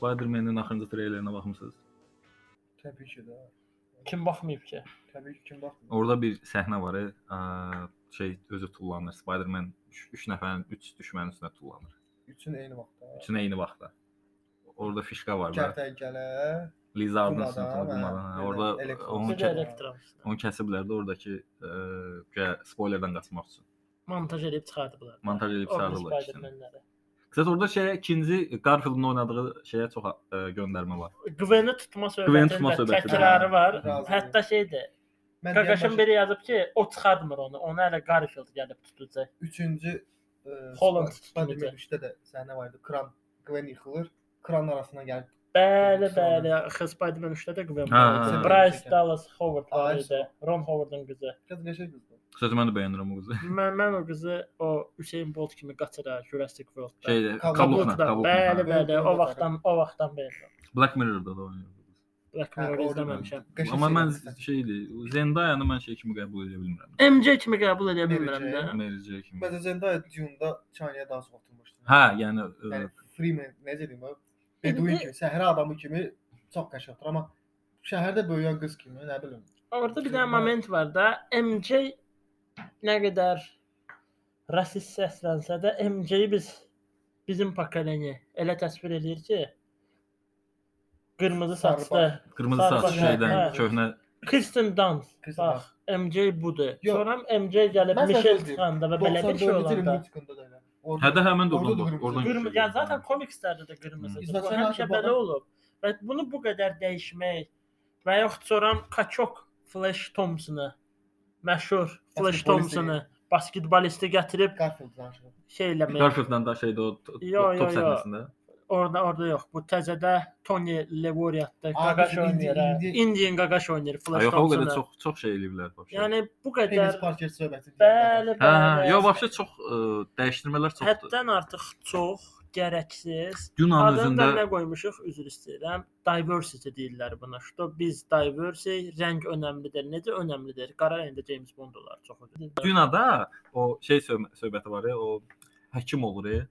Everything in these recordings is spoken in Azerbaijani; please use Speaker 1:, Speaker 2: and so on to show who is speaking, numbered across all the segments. Speaker 1: Spider-Man'in axırıncı treylerine baxmısınız?
Speaker 2: Təbii ki də.
Speaker 3: Kim baxmayıb ki?
Speaker 2: Təbii ki kim baxmır.
Speaker 1: Orada bir səhnə var, e, ə, şey özü tullanır. Spider-Man 3 nəfərin 3 düşmənin üstünə tullanır.
Speaker 2: Üçün eyni vaxtda.
Speaker 1: Üçünə eyni vaxtda. Orada fişka var. bax.
Speaker 2: Kərtənkələ.
Speaker 1: Liz Armstrong
Speaker 2: Kumadan,
Speaker 1: qullanmadan.
Speaker 2: hə,
Speaker 1: hə, Orada
Speaker 2: elə- elektron.
Speaker 1: onun,
Speaker 3: Bir
Speaker 2: Okey.
Speaker 3: də
Speaker 1: kə
Speaker 3: elektron.
Speaker 1: onun kəsiblər də oradakı ə, gə- spoilerdən qaçmaq üçün.
Speaker 3: Montaj edib çıxardıblar.
Speaker 1: Montaj edib
Speaker 3: Orada
Speaker 1: çıxardıblar ikisini.
Speaker 3: Spider-Manləri.
Speaker 1: Qısa orada şey ikinci Garfield'ın oynadığı şeyə çox ə, göndərmə var.
Speaker 3: Güvəni tutma
Speaker 1: Güvəni tutma
Speaker 3: söhbətində
Speaker 1: söhbəti.
Speaker 3: təkrarı var.
Speaker 2: Razıyam.
Speaker 3: Hətta şeydir.
Speaker 2: Mən
Speaker 3: Qaqaşın
Speaker 2: deyirəm
Speaker 3: biri yazıb ki, o çıxartmır onu. Ona hələ Garfield gəlib tutacaq.
Speaker 2: 3-cü
Speaker 3: Holland
Speaker 2: Spider-Man
Speaker 3: tutuldu.
Speaker 2: 3-də də səhnə var idi. Kran Gwen yıxılır, kran arasına gəlib
Speaker 3: Bəli,
Speaker 2: Sonra.
Speaker 3: bəli. Axı Spider-Man 3-də də Gwen
Speaker 1: Ha.
Speaker 3: var idi.
Speaker 1: Ha.
Speaker 3: Bryce Dallas Howard var
Speaker 2: Ay,
Speaker 3: idi. Ron Howard'ın qızı.
Speaker 2: qız qəşəng qızdır.
Speaker 1: Xüsusən mən də bəyənirəm o qızı.
Speaker 3: Mən mən o qızı o Usain Bolt kimi qaçırar Jurassic World-da.
Speaker 1: Şey,
Speaker 2: Kabloqla,
Speaker 1: kabloqla,
Speaker 3: Kabloqda. Bəli,
Speaker 1: kabloqla.
Speaker 2: Kabloqla.
Speaker 3: bəli. O vaxtdan o vaxtdan bəli.
Speaker 1: Black Mirror-da da oynayır.
Speaker 3: Black
Speaker 2: Hə,
Speaker 3: Mirror
Speaker 2: orada
Speaker 3: izləməmişəm.
Speaker 2: Qəşəng
Speaker 1: Amma mən
Speaker 2: şeydir.
Speaker 1: şeydi, Zendaya-nı mən şey kimi qəbul edə bilmirəm.
Speaker 3: MJ kimi qəbul edə bilmirəm
Speaker 2: MJ.
Speaker 3: də.
Speaker 1: Mary J kimi.
Speaker 2: Bəzən Zendaya Dune-da çayına daha çox oturmuşdu.
Speaker 1: Hə, yəni ə,
Speaker 2: Yəni Freeman necə deyim, o Bedouin kimi, səhra adamı kimi çox qəşəngdir, amma şəhərdə böyüyən qız kimi, nə bilim.
Speaker 3: Orada bir
Speaker 2: Şey,
Speaker 3: dənə
Speaker 2: mən-
Speaker 3: moment var da, MJ nə qədər rasist səslənsə də MJ-yi biz bizim pokoleniya elə təsvir eləyir ki, qırmızı saçlı
Speaker 2: Sarıbaş.
Speaker 1: qırmızı saç
Speaker 3: Sarbaş,
Speaker 1: şeydən,
Speaker 3: hə.
Speaker 1: köhnə
Speaker 3: Kristen Dunst.
Speaker 2: Kristen
Speaker 3: Bax, MJ budur.
Speaker 2: Yox.
Speaker 3: Sonra MJ gəlib
Speaker 2: Mən
Speaker 3: Michelle
Speaker 2: səhv
Speaker 3: çıxanda və belə bir şey
Speaker 2: 94-cü ilin
Speaker 3: olanda.
Speaker 2: Multikunda da elə. Orada-
Speaker 1: Hədə həmin də
Speaker 2: Orada
Speaker 1: oradan
Speaker 2: da
Speaker 1: bax,
Speaker 2: qırmızı.
Speaker 1: oradan
Speaker 3: Qırmızı,
Speaker 1: götürüyor.
Speaker 3: yəni zaten komikslərdə də qırmızıdır.
Speaker 2: İzləsən
Speaker 3: Bu həmişə
Speaker 2: artıq
Speaker 3: belə
Speaker 2: baba-
Speaker 3: olub. Və bunu bu qədər dəyişmək və yoxsa sonra Kaçok Flash Thompsonu məşhur Flash
Speaker 2: Basketbolisti.
Speaker 3: Thompsonu basketbolisti gətirib
Speaker 2: Garfield danışır.
Speaker 3: şey eləmək.
Speaker 1: Garfield'dan da şeydə o t-
Speaker 3: Yo,
Speaker 1: top
Speaker 3: yo, yo.
Speaker 1: səhnəsində.
Speaker 3: Orda orada yox. Bu təzədə Tony Levoriatda
Speaker 2: Aa,
Speaker 3: Qaqaş
Speaker 2: bizim indi-
Speaker 3: oynayır. hə.
Speaker 2: indi-
Speaker 3: Indian Qaqaş oynayır
Speaker 1: Ay
Speaker 3: Flash
Speaker 1: yox, o qədər
Speaker 3: Thompsonu.
Speaker 1: çox çox şey eləyiblər vəbsə.
Speaker 3: Yəni bu
Speaker 2: Penis
Speaker 3: qədər
Speaker 2: Parker söhbəti. deyir.
Speaker 3: bəli,
Speaker 1: hə,
Speaker 3: bəli.
Speaker 1: yox vəbsə çox ə, e, dəyişdirmələr çoxdur.
Speaker 3: həddən artıq çox gərəksiz
Speaker 1: Yunan
Speaker 3: Adını da
Speaker 1: özündə
Speaker 3: nə qoymuşuq? Üzr istəyirəm. Diversity deyirlər buna. Şto biz diversity, rəng önəmlidir. Necə önəmlidir? Qara rəngdə James Bond olar çox.
Speaker 1: Dunada o şey söhb- söhbəti var ya, o həkim olur. e.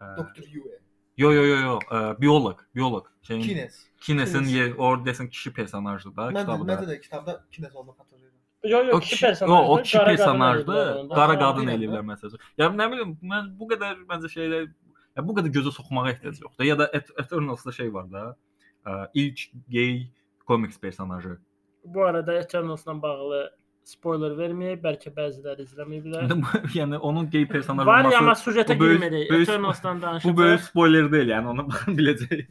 Speaker 1: Ə,
Speaker 2: Doktor Yue.
Speaker 1: Yo yo yo yo, ə, bioloq, bioloq. Şeyin
Speaker 2: Kines.
Speaker 1: Kinesin
Speaker 3: Kines.
Speaker 1: ye- or desin kişi personajdır da
Speaker 2: Mən
Speaker 1: kitabda.
Speaker 2: məndə də kitabda Kines olduğunu xatırlayıram.
Speaker 3: Yo,
Speaker 1: O
Speaker 3: yo, kişi
Speaker 1: kişi,
Speaker 3: personajdır.
Speaker 1: o, o kişi
Speaker 3: qara qadın
Speaker 1: personajdır.
Speaker 3: eləyirlər onu.
Speaker 1: Qara
Speaker 3: Ha,
Speaker 1: qadın
Speaker 2: bilirəm,
Speaker 1: eləyirlər məsələn. Ya nə bilim, mən bu qədər məncə şeylər ya bu qədər gözə soxmağa ehtiyac yoxdur. Ya da Et- Eternalsda şey var da, ə, ilk gey komiks personajı.
Speaker 3: Bu arada Eternalsla bağlı spoiler verməyək, bəlkə bəziləri izləməyə bilər.
Speaker 1: yəni onun gey personajı
Speaker 3: Var ya, amma
Speaker 1: olması
Speaker 3: sujetə
Speaker 1: bu böyük-
Speaker 3: girmirik.
Speaker 1: böyük-
Speaker 3: Eternalsdan
Speaker 1: bu böyük
Speaker 3: danışacağıq.
Speaker 1: spoiler deyil, yəni ona baxın biləcək.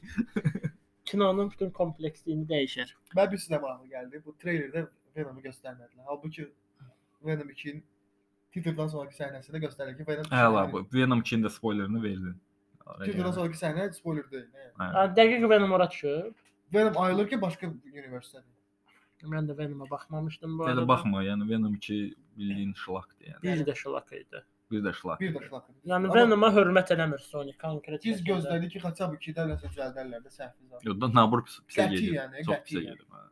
Speaker 3: Kinonun bütün kompleksliyini dəyişir.
Speaker 2: Mən bir sinema ağlı gəldi. Bu treylerdə Venom'u göstərmədilər. Halbuki Venom 2-nin titrdən sonrakı səhnəsində göstərilir ki, Venom
Speaker 1: Əla, bu Venom 2-nin də spoilerini verdin.
Speaker 2: Titrdən sonrakı səhnə spoiler deyil. hə.
Speaker 3: Ha, Dəqiq Venom ora düşüb.
Speaker 2: Venom ayılır ki, başqa universitetdə.
Speaker 3: Mən də Venoma baxmamışdım bu arada.
Speaker 1: Yəni baxma, yəni Venom 2 bildiyin şlaqdır yəni.
Speaker 3: Bir də şlak idi.
Speaker 1: Bir də şlaq.
Speaker 2: Bir də şlak.
Speaker 3: Yəni
Speaker 2: Amma
Speaker 3: Venoma hörmət eləmir Sony konkret.
Speaker 2: Biz
Speaker 3: şəkildə.
Speaker 2: gözlədik ki, Xaçab 2-də nəsə düzəldərlər də səhvi zaten.
Speaker 1: Yoxdan nabur pis pisə
Speaker 2: Qəti
Speaker 1: gedir.
Speaker 2: yəni,
Speaker 1: Çox
Speaker 2: qəti
Speaker 1: pisə
Speaker 2: yəni.
Speaker 1: gedir. hə.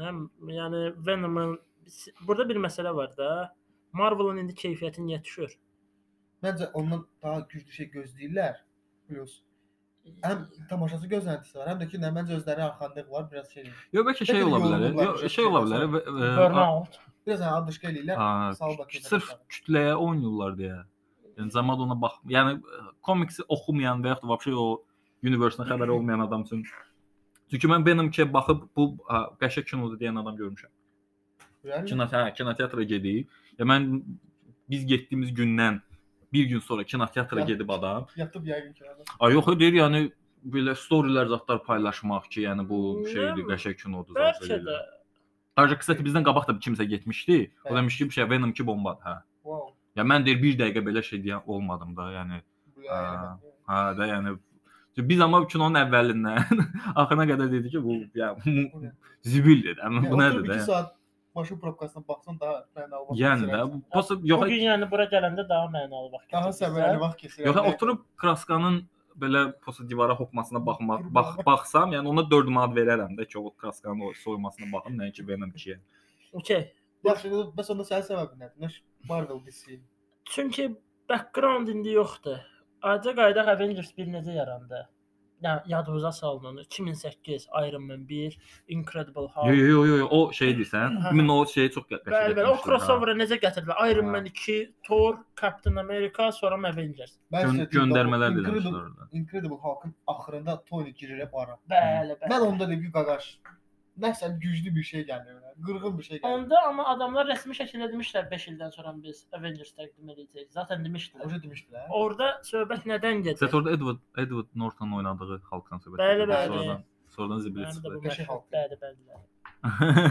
Speaker 3: Nə, yəni Venom'ın burada bir məsələ var da. Marvel-ın indi keyfiyyəti niyə düşür?
Speaker 2: Məncə ondan daha güclü şey gözləyirlər. Plus həm tamaşaçı gözləntisi var, həm də ki, nə məncə özləri arxandıq var, biraz şey.
Speaker 1: Yox bəlkə şey
Speaker 2: Bəlkə də
Speaker 1: ola bilər.
Speaker 2: yorulurlar,
Speaker 1: Yox
Speaker 2: bir
Speaker 1: şey
Speaker 2: şey
Speaker 1: ola bilər. və- və-
Speaker 3: Burnout.
Speaker 2: Biraz hə adışqa eləyirlər.
Speaker 1: a- a,
Speaker 2: Sağ ol,
Speaker 1: küt-
Speaker 2: Bakıda
Speaker 1: Sırf
Speaker 2: baxalım.
Speaker 1: kütləyə oynayırlar deyə. Yəni cəmiyyət ona bax. Yəni ə, komiksi oxumayan və yaxud da vəbsə o universe-dən xəbəri olmayan adam üçün Çünki mən Venom 2-yə baxıb bu ə, qəşəng kinodur deyən adam görmüşəm.
Speaker 2: Görürəm.
Speaker 1: Kinotə, hə, kinoteatra gedirik. Ya mən biz getdiyimiz gündən bir gün sonra kinoteatra
Speaker 2: Ya.
Speaker 1: gedib adam,
Speaker 2: Yatıb yəqin ki. adam.
Speaker 1: ay yox deyir, yəni belə storylər zətlər paylaşmaq ki, yəni bu şeydir,
Speaker 3: Yəni,
Speaker 1: qəşəng kinodur
Speaker 3: Bəlkə də
Speaker 1: Daha kısa bizdən qabaq da kimsə getmişdi. O
Speaker 2: Hə.
Speaker 1: demişdi bir şey Venom 2 bombadır, hə.
Speaker 2: Wow.
Speaker 1: Ya mən deyir bir dəqiqə belə şey deyən olmadım da, yəni
Speaker 2: bu ya, elə
Speaker 1: Aa.
Speaker 2: bax.
Speaker 1: hə də yəni biz amma kinonun əvvəlindən axırına qədər dedik ki, bu yəni
Speaker 2: Bu nə?
Speaker 1: zibildir, amma
Speaker 2: Yəni,
Speaker 1: bu
Speaker 2: oturub
Speaker 1: nədir
Speaker 2: iki
Speaker 1: də?
Speaker 2: saat maşın probkasına baxsan daha mənalı vaxt.
Speaker 1: Yəni də
Speaker 2: keçirərsən.
Speaker 1: bu prosta yox
Speaker 3: bu gün yəni bura gələndə daha mənalı vaxt
Speaker 2: daha
Speaker 3: keçirir.
Speaker 2: səmərəli vaxt keçirəm.
Speaker 1: yox oturub Kraskanın belə posa divara hopmasına baxma,
Speaker 2: Qurbağa.
Speaker 1: bax, baxsam, yəni ona 4 manat verərəm də ki, o kraskanın o soyulmasına baxım, nəinki verəm bir şey.
Speaker 3: Okey.
Speaker 2: Yaxşı, bəs onda sənin səbəbin nədir? Nə iş- Marvel DC.
Speaker 3: Çünki background indi yoxdur. Acı qayda Avengers 1 necə yarandı? Yəni yadınıza salın. 2008, Iron Man 1, Incredible Hulk.
Speaker 1: Yo yo yo yo, yo, o şey deyirsən,
Speaker 3: Hə.
Speaker 1: min o şeyi çox qə- qəşəng.
Speaker 3: Bəli, bəli. O
Speaker 1: etmişlər,
Speaker 3: crossover necə gətirdilər? Iron
Speaker 1: Hə.
Speaker 3: Man 2, Thor, Captain America, sonra Avengers.
Speaker 1: hə.
Speaker 2: Mən
Speaker 1: Gön
Speaker 2: istədim,
Speaker 1: göndərmələr
Speaker 2: Incredible-
Speaker 1: eləmişlər orada.
Speaker 2: Incredible Hulk'ın axırında Tony girir para.
Speaker 3: Bəli, bəli.
Speaker 2: Mən onda dedim ki, qaqaş. Nəsə güclü bir şey gəlir. Qırğın bir şey gəlir.
Speaker 3: Onda amma adamlar rəsmi şəkildə demişlər 5 ildən sonra biz Avengers təqdim edəcəyik. Zaten demişdilər.
Speaker 2: Oca demişdilər.
Speaker 3: Orda söhbət nədən gedir?
Speaker 1: Zət orada Edward Edward Norton oynadığı Hulk'dan söhbət.
Speaker 3: Bəli,
Speaker 1: gedir.
Speaker 2: bəli.
Speaker 1: Sonradan sonradan zibil
Speaker 3: Yəni də bu
Speaker 1: çıxdı.
Speaker 2: Qəşəng
Speaker 3: məşhur-
Speaker 2: halk.
Speaker 3: Bəli, bəli. bəli.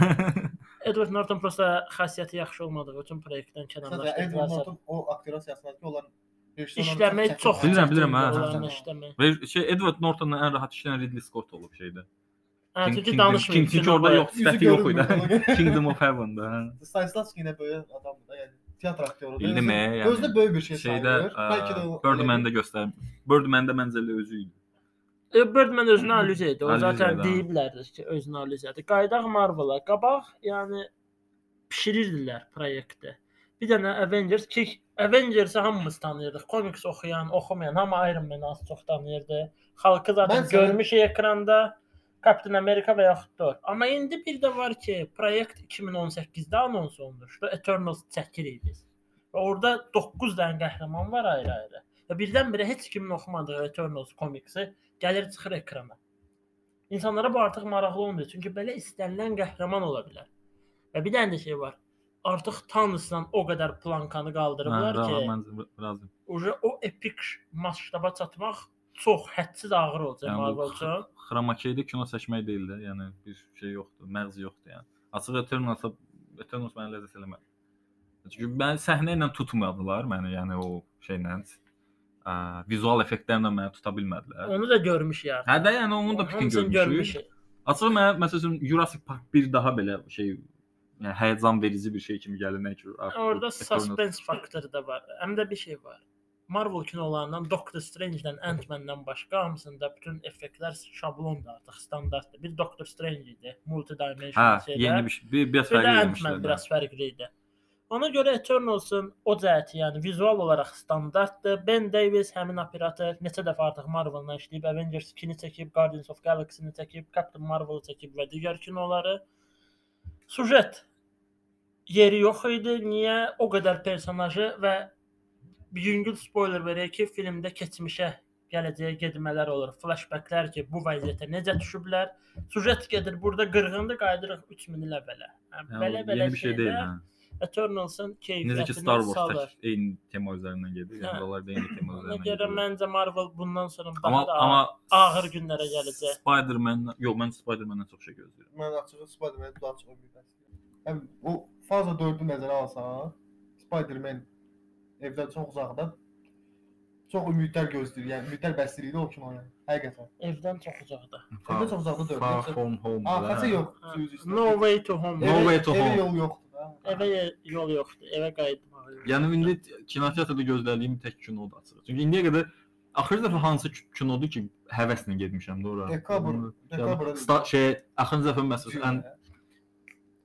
Speaker 3: Edward Norton prosta xasiyyəti yaxşı olmadığı üçün proyektdən
Speaker 2: Sadəcə Edward
Speaker 3: kənarlaşdırdılar.
Speaker 2: Norton o aktorasiyasındakı olan
Speaker 3: İşləmək çox
Speaker 1: Bilirəm,
Speaker 3: çətindir
Speaker 1: bilirəm, hə, hə,
Speaker 3: onlarla
Speaker 1: hə.
Speaker 3: işləmək.
Speaker 1: Və şey Edward Norton'la ən rahat işləyən Ridley Scott olub şeydə.
Speaker 3: Hə,
Speaker 1: King-
Speaker 3: çünki
Speaker 1: Kingdom-
Speaker 3: danışmır.
Speaker 1: King- Çünki orada yox, sifəti yox idi.
Speaker 2: Kingdom.
Speaker 1: Kingdom of Heaven-da. hə.
Speaker 2: Stanislavski yine böyle adamdı da yani tiyatro aktörü.
Speaker 1: Bildim
Speaker 2: Özde-
Speaker 1: e, yani. e,
Speaker 2: Özde böyle bir şey
Speaker 1: şeydə
Speaker 2: sayılır. Belki de
Speaker 1: ə,
Speaker 2: o-
Speaker 1: Birdman-də göstər. Birdman-də məncə elə özü idi.
Speaker 3: E, Birdman özünə alüziya idi. O
Speaker 1: Allüziya idi,
Speaker 3: zaten
Speaker 1: hə.
Speaker 3: deyiblərdi ki, özünə alüziyadır. Qaydaq Marvel-a qabaq, yəni bişirirdilər proyektdə. Bir dənə Avengers ki, Avengers-i hamımız tanıyırdıq. Komiks oxuyan, oxumayan hamı Iron Man-ı az çox tanıyırdı. Xalqı zaten
Speaker 2: Mən sənə-
Speaker 3: görmüşük ekranda. Captain America və yaxud da. Amma indi bir də var ki, proyekt 2018-də anons olunmuşdu. Eternals çəkir idi. Və orada 9 dənə qəhrəman var ayrı-ayrı. Və birdən-birə heç kimin oxumadığı Eternals komiksi gəlir çıxır ekrana. İnsanlara bu artıq maraqlı olmur, çünki belə istənilən qəhrəman ola bilər. Və bir dənə də şey var. Artıq Thanos'dan o qədər plankanı qaldırıblar
Speaker 1: Hə,
Speaker 3: ki,
Speaker 1: mən razı.
Speaker 3: uje o epik masштаba çatmaq çox hədsiz ağır olacaq
Speaker 1: Yəni bu-
Speaker 3: yəni, Marvel üçün.
Speaker 1: Xromakeydə kino seçmək deyil də, yəni bir şey yoxdur, məğz yoxdur yəni. Açıq Eternals Eternals mənə ləzzət eləmədi. Çünki mən səhnə ilə tutmadılar məni, yəni o şeylə ə, vizual effektlərlə məni tuta bilmədilər.
Speaker 3: Onu da görmüşük artıq.
Speaker 1: Hə də yəni onun da pikin
Speaker 3: Hamısını
Speaker 1: görmüşük. Açıq mən məsələn Jurassic Park bir daha belə şey yəni həyəcan verici bir şey kimi gəlir nə ki. artıq
Speaker 3: Orada
Speaker 1: Eternals-
Speaker 3: suspense faktoru da var. Həm də bir şey var. Marvel kinolarından Doctor Strange-dən Ant-Man-dən başqa hamısında bütün effektlər şablondur artıq, standartdır. Bir Doctor Strange idi, multidimensional
Speaker 1: Hə, yeni bir şey, bir biraz
Speaker 3: Bir də
Speaker 1: fərqli
Speaker 3: Ant-Man biraz fərqli idi. Ona görə Eternals'ın o cəhəti, yəni vizual olaraq standartdır. Ben Davis həmin operator neçə dəfə artıq Marvel-la işləyib, Avengers 2-ni çəkib, Guardians of Galaxy-ni çəkib, Captain Marvel-ı çəkib və digər kinoları. Sujet yeri yox idi. Niyə o qədər personajı və bir yüngül spoiler verək ki, filmdə keçmişə gələcəyə getmələr olur. Flashbacklər ki, bu vəziyyətə necə düşüblər. Sujet gedir, burada qırğındır, qayıdırıq 3000 il əvvələ. Yəni,
Speaker 1: Yəni,
Speaker 3: Belə belə
Speaker 1: yeni bir şey deyil. Hə.
Speaker 3: Eternals'ın
Speaker 1: Necə ki Star
Speaker 3: keyfiyyətini
Speaker 1: Wars
Speaker 3: salır.
Speaker 1: tək eyni tema üzərindən gedir. Yəni
Speaker 3: Hə.
Speaker 1: buralar da eyni tema
Speaker 3: Ona
Speaker 1: üzərindən
Speaker 3: görə
Speaker 1: gedir.
Speaker 3: məncə Marvel bundan sonra daha
Speaker 1: Amma
Speaker 3: da
Speaker 1: amma
Speaker 3: ağır günlərə gələcək.
Speaker 1: Spider-Man, yox mən Spider-Man-dan çox şey gözləyirəm.
Speaker 2: Ben açıkçası Spider-Man'i daha çok övüyorum. Hem o fazla 4'ü nezere alsan Spider-Man evden çok uzaktan çok ümitler gösterir. Yani ümitler besleydi o kim yani. Hakikaten.
Speaker 3: evdən çox uzaqda.
Speaker 2: Evden çok uzaktan
Speaker 1: Far
Speaker 2: 4'ü.
Speaker 1: From Home.
Speaker 2: Arkası yok.
Speaker 3: Ha.
Speaker 2: sözü üstüne.
Speaker 3: Hə. No way to home.
Speaker 1: No
Speaker 2: Eve-
Speaker 1: way to
Speaker 2: eve
Speaker 1: home.
Speaker 2: yol yoktu. ha.
Speaker 3: Evə ye- yol yoxdur. Evə qayıtmaq. yoxdur.
Speaker 1: Yəni indi kinoteatrda gözlədiyim tək kinodur açıq. Çünki indiyə qədər axırıncı dəfə hansı ki- kinodur ki, həvəslə getmişəm də ora.
Speaker 2: Dekabr.
Speaker 1: Yəni,
Speaker 2: Dekabr.
Speaker 1: sta- şey axırıncı dəfə məsələn ən
Speaker 2: Cüyün, ha.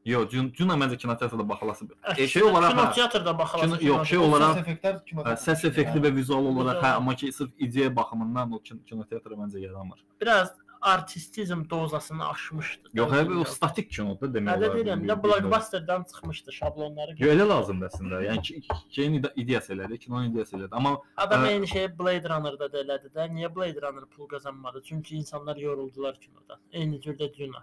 Speaker 1: Yo, Cun Cuna məncə kinoteatrda baxılası.
Speaker 3: Əks-
Speaker 1: E, şey olaraq
Speaker 3: kino
Speaker 1: hə,
Speaker 3: teatrda baxalar.
Speaker 1: Kino- yox, şey
Speaker 2: O
Speaker 1: olaraq-
Speaker 2: Ses efektler kime
Speaker 1: ə, səs
Speaker 2: katılmış?
Speaker 1: effekti və vizual olaraq hə,
Speaker 3: Vizual.
Speaker 1: amma ki, sırf ideya baxımından o kin- kinoteatra məncə yaranmır.
Speaker 3: biraz artistizm dozasını aşmışdı.
Speaker 1: Yox, hə, o statik kinodur demək
Speaker 3: Hələ
Speaker 1: olar.
Speaker 3: deyirəm
Speaker 1: Bir-
Speaker 3: də
Speaker 1: bir-
Speaker 3: blockbusterdan çıxmışdı şablonları.
Speaker 1: Yo, elə lazımdır əslində. Yəni ki, şeyin ide- ideyası elədi, kinonun ideyası elədi. Amma
Speaker 3: Adam
Speaker 1: Ə-
Speaker 3: eyni şeyi Blade Runner-da da elədi də. Niyə Blade Runner pul qazanmadı? Çünki insanlar yoruldular kinodan. Eyni cürdə Duna.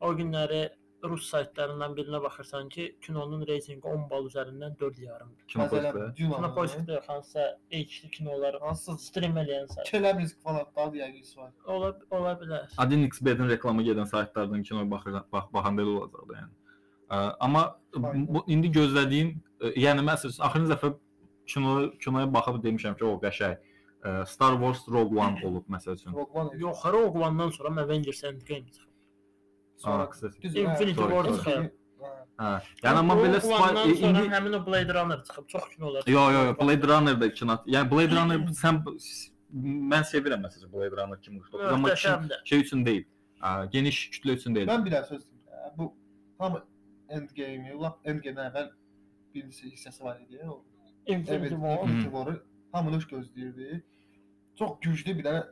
Speaker 3: O günləri rus saytlarından birinə baxırsan ki, kinonun reytinqi 10 bal üzərindən 4.5-dir.
Speaker 1: şey kinopolisdə
Speaker 2: Mesela Duna.
Speaker 3: Kinopolis-də yox, hansısa HD kinoları
Speaker 2: Ansız.
Speaker 3: stream eləyən sayt.
Speaker 2: Çelebrisk falan daha diğer birisi var.
Speaker 3: Ola, ola bilər.
Speaker 1: Adin XB-dən reklama gedən saytlardan kinoya baxır, bax, baxanda elə olacaqdı yəni. Ə, amma
Speaker 2: Aynen.
Speaker 1: bu indi gözlədiyim, ə, yəni məsələn, axırıncı dəfə kino kinoya baxıb demişəm ki, o qəşəng ə, Star Wars Rogue One olub məsəl üçün.
Speaker 2: Rogue One.
Speaker 3: Yox, Rogue One-dan sonra mən Avengers Endgame çıxıb.
Speaker 1: Aa,
Speaker 2: Sonra.
Speaker 1: qısa.
Speaker 2: Düz-
Speaker 3: Infinity
Speaker 1: Doğru,
Speaker 3: War
Speaker 1: doğru.
Speaker 3: çıxıb.
Speaker 1: Hə.
Speaker 2: Ha.
Speaker 1: Yəni amma belə
Speaker 3: Rogue One-dan
Speaker 1: Spy-
Speaker 3: sonra
Speaker 1: indi
Speaker 3: həmin o Blade Runner çıxıb. Çox kinolar.
Speaker 1: Yo yo yo Blade Runner da kinat. Yəni Blade Runner sən mən sevirəm məsələn Blade Runner 2049 amma kim,
Speaker 3: Möhtəşəmdir.
Speaker 1: şey üçün deyil. A, geniş kütlə üçün deyil.
Speaker 2: Mən bir dənə söz deyim. ya, Bu hamı endgame-i, lap endgame-dən əvvəl birincisi hissəsi var idi. O
Speaker 3: Infinity
Speaker 2: Evet,
Speaker 3: War.
Speaker 2: Infinity War'ı hamınış gözləyirdi. Çox güclü bir dənə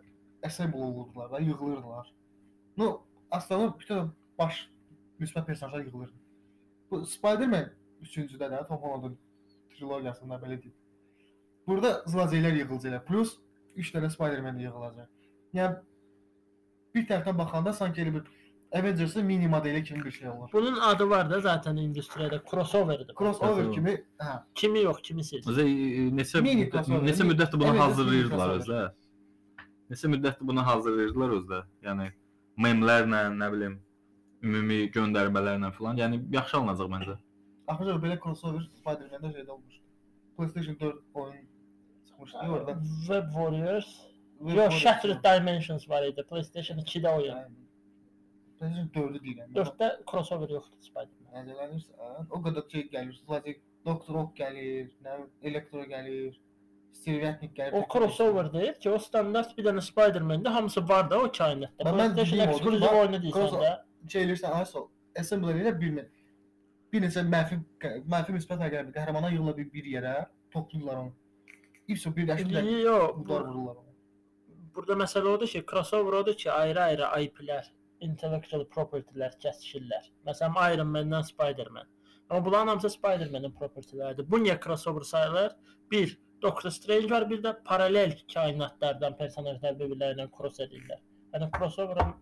Speaker 2: əsəb olurdular da, yığılırdılar. Bu aslında bütün baş müsbət personajlar yığılırdı. Bu Spider-Man 3-cüdə də Tom Holland'ın trilogiyasında belə deyil. Burada zlazeylər yığılacaq. Plus 3 dənə Spider-Man də yığılacaq. Yəni bir tərəfdən baxanda sanki elə bir Avengers-ın mini modeli kimi bir şey olur.
Speaker 3: Bunun adı var da zaten endüstriyada crossoverdir.
Speaker 2: Crossover kimi, hə,
Speaker 3: kimi yox, kimisi.
Speaker 1: Bizə e, neçə
Speaker 2: Mini
Speaker 1: müddət-
Speaker 2: crossover,
Speaker 1: neçə
Speaker 2: mini-
Speaker 1: müddətdir buna
Speaker 2: evet,
Speaker 1: hazırlayırdılar
Speaker 2: mini
Speaker 1: özdə. Neçə müddətdir buna hazırlayırdılar özdə. Yəni memlərlə, nə bilim, ümumi göndərmələrlə filan. Yəni yaxşı alınacaq məncə.
Speaker 2: Arkadaşlar böyle crossover Spider-Man'de şeyde olmuştu. PlayStation 4 oyun çıkmıştı ya orada.
Speaker 3: Web Warriors.
Speaker 2: Ve
Speaker 3: Yox,
Speaker 2: orada-
Speaker 3: Shattered Dimensions var idi. PlayStation 2-də o yəni.
Speaker 2: Yani PlayStation 4'ü değil yani.
Speaker 3: 4-də crossover yoxdur Spider-Man.
Speaker 2: Necelənirsən, o qədər şey gəlir. Sadəcə Doctor Ock gəlir, nə bilim, Electro e, gəlir, Stevetnik gəlir.
Speaker 3: O crossover deyil ki, o standart bir dənə Spider-Man-də hamısı var da o kainatda.
Speaker 2: Mən- mən
Speaker 3: PlayStation
Speaker 2: bilmirəm,
Speaker 3: ekskluziv
Speaker 2: var.
Speaker 3: oyunu deyirsən
Speaker 2: Crossover.
Speaker 3: də.
Speaker 2: şey elirsən, ay sol. Assembler ilə bir min- bir neçə mənfi mənfi müsbət rəqəmli qəhrəmana yığıla bir, bir yerə toplayırlar onu. İpso
Speaker 3: E
Speaker 2: birləşdirlər,
Speaker 3: Yox,
Speaker 2: udar
Speaker 3: bu-
Speaker 2: vururlar onu.
Speaker 3: burada məsələ odur ki, crossover odur ki, ayrı-ayrı IP-lər, intellectual property-lər kəsişirlər. Məsələn, Iron Man-dan Spider-Man. Amma bunların hamısı Spider-Man-in property-ləridir. Bu niyə crossover sayılır? Bir, Doctor Strange var, bir də paralel kainatlardan personajlar bir-birlərinə cross edirlər. Yəni crossover-ın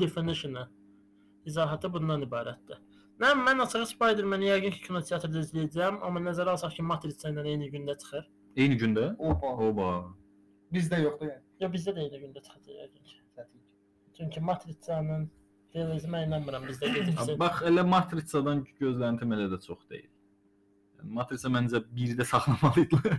Speaker 3: definition-ı izahatı bundan ibarətdir. Nə bilim, mən açığı Spider-Man-i yəqin ki, kinoteatrda izləyəcəm, amma nəzərə alsaq ki, Matrix ilə eyni gündə çıxır.
Speaker 1: Eyni gündə?
Speaker 2: Opa,
Speaker 1: Oba.
Speaker 2: bizdə yoxdur yəni.
Speaker 3: Yox, bizdə də eyni gündə çıxacaq yəqin ki.
Speaker 2: tətil.
Speaker 3: Çünki Matrixanın realizmə inanmıram bizdə
Speaker 1: Ha,
Speaker 3: gedirsən.
Speaker 1: Bax elə Matrixadan gözləntim elə də çox deyil. Yəni Matrixa məncə birdə saxlamalı idilər.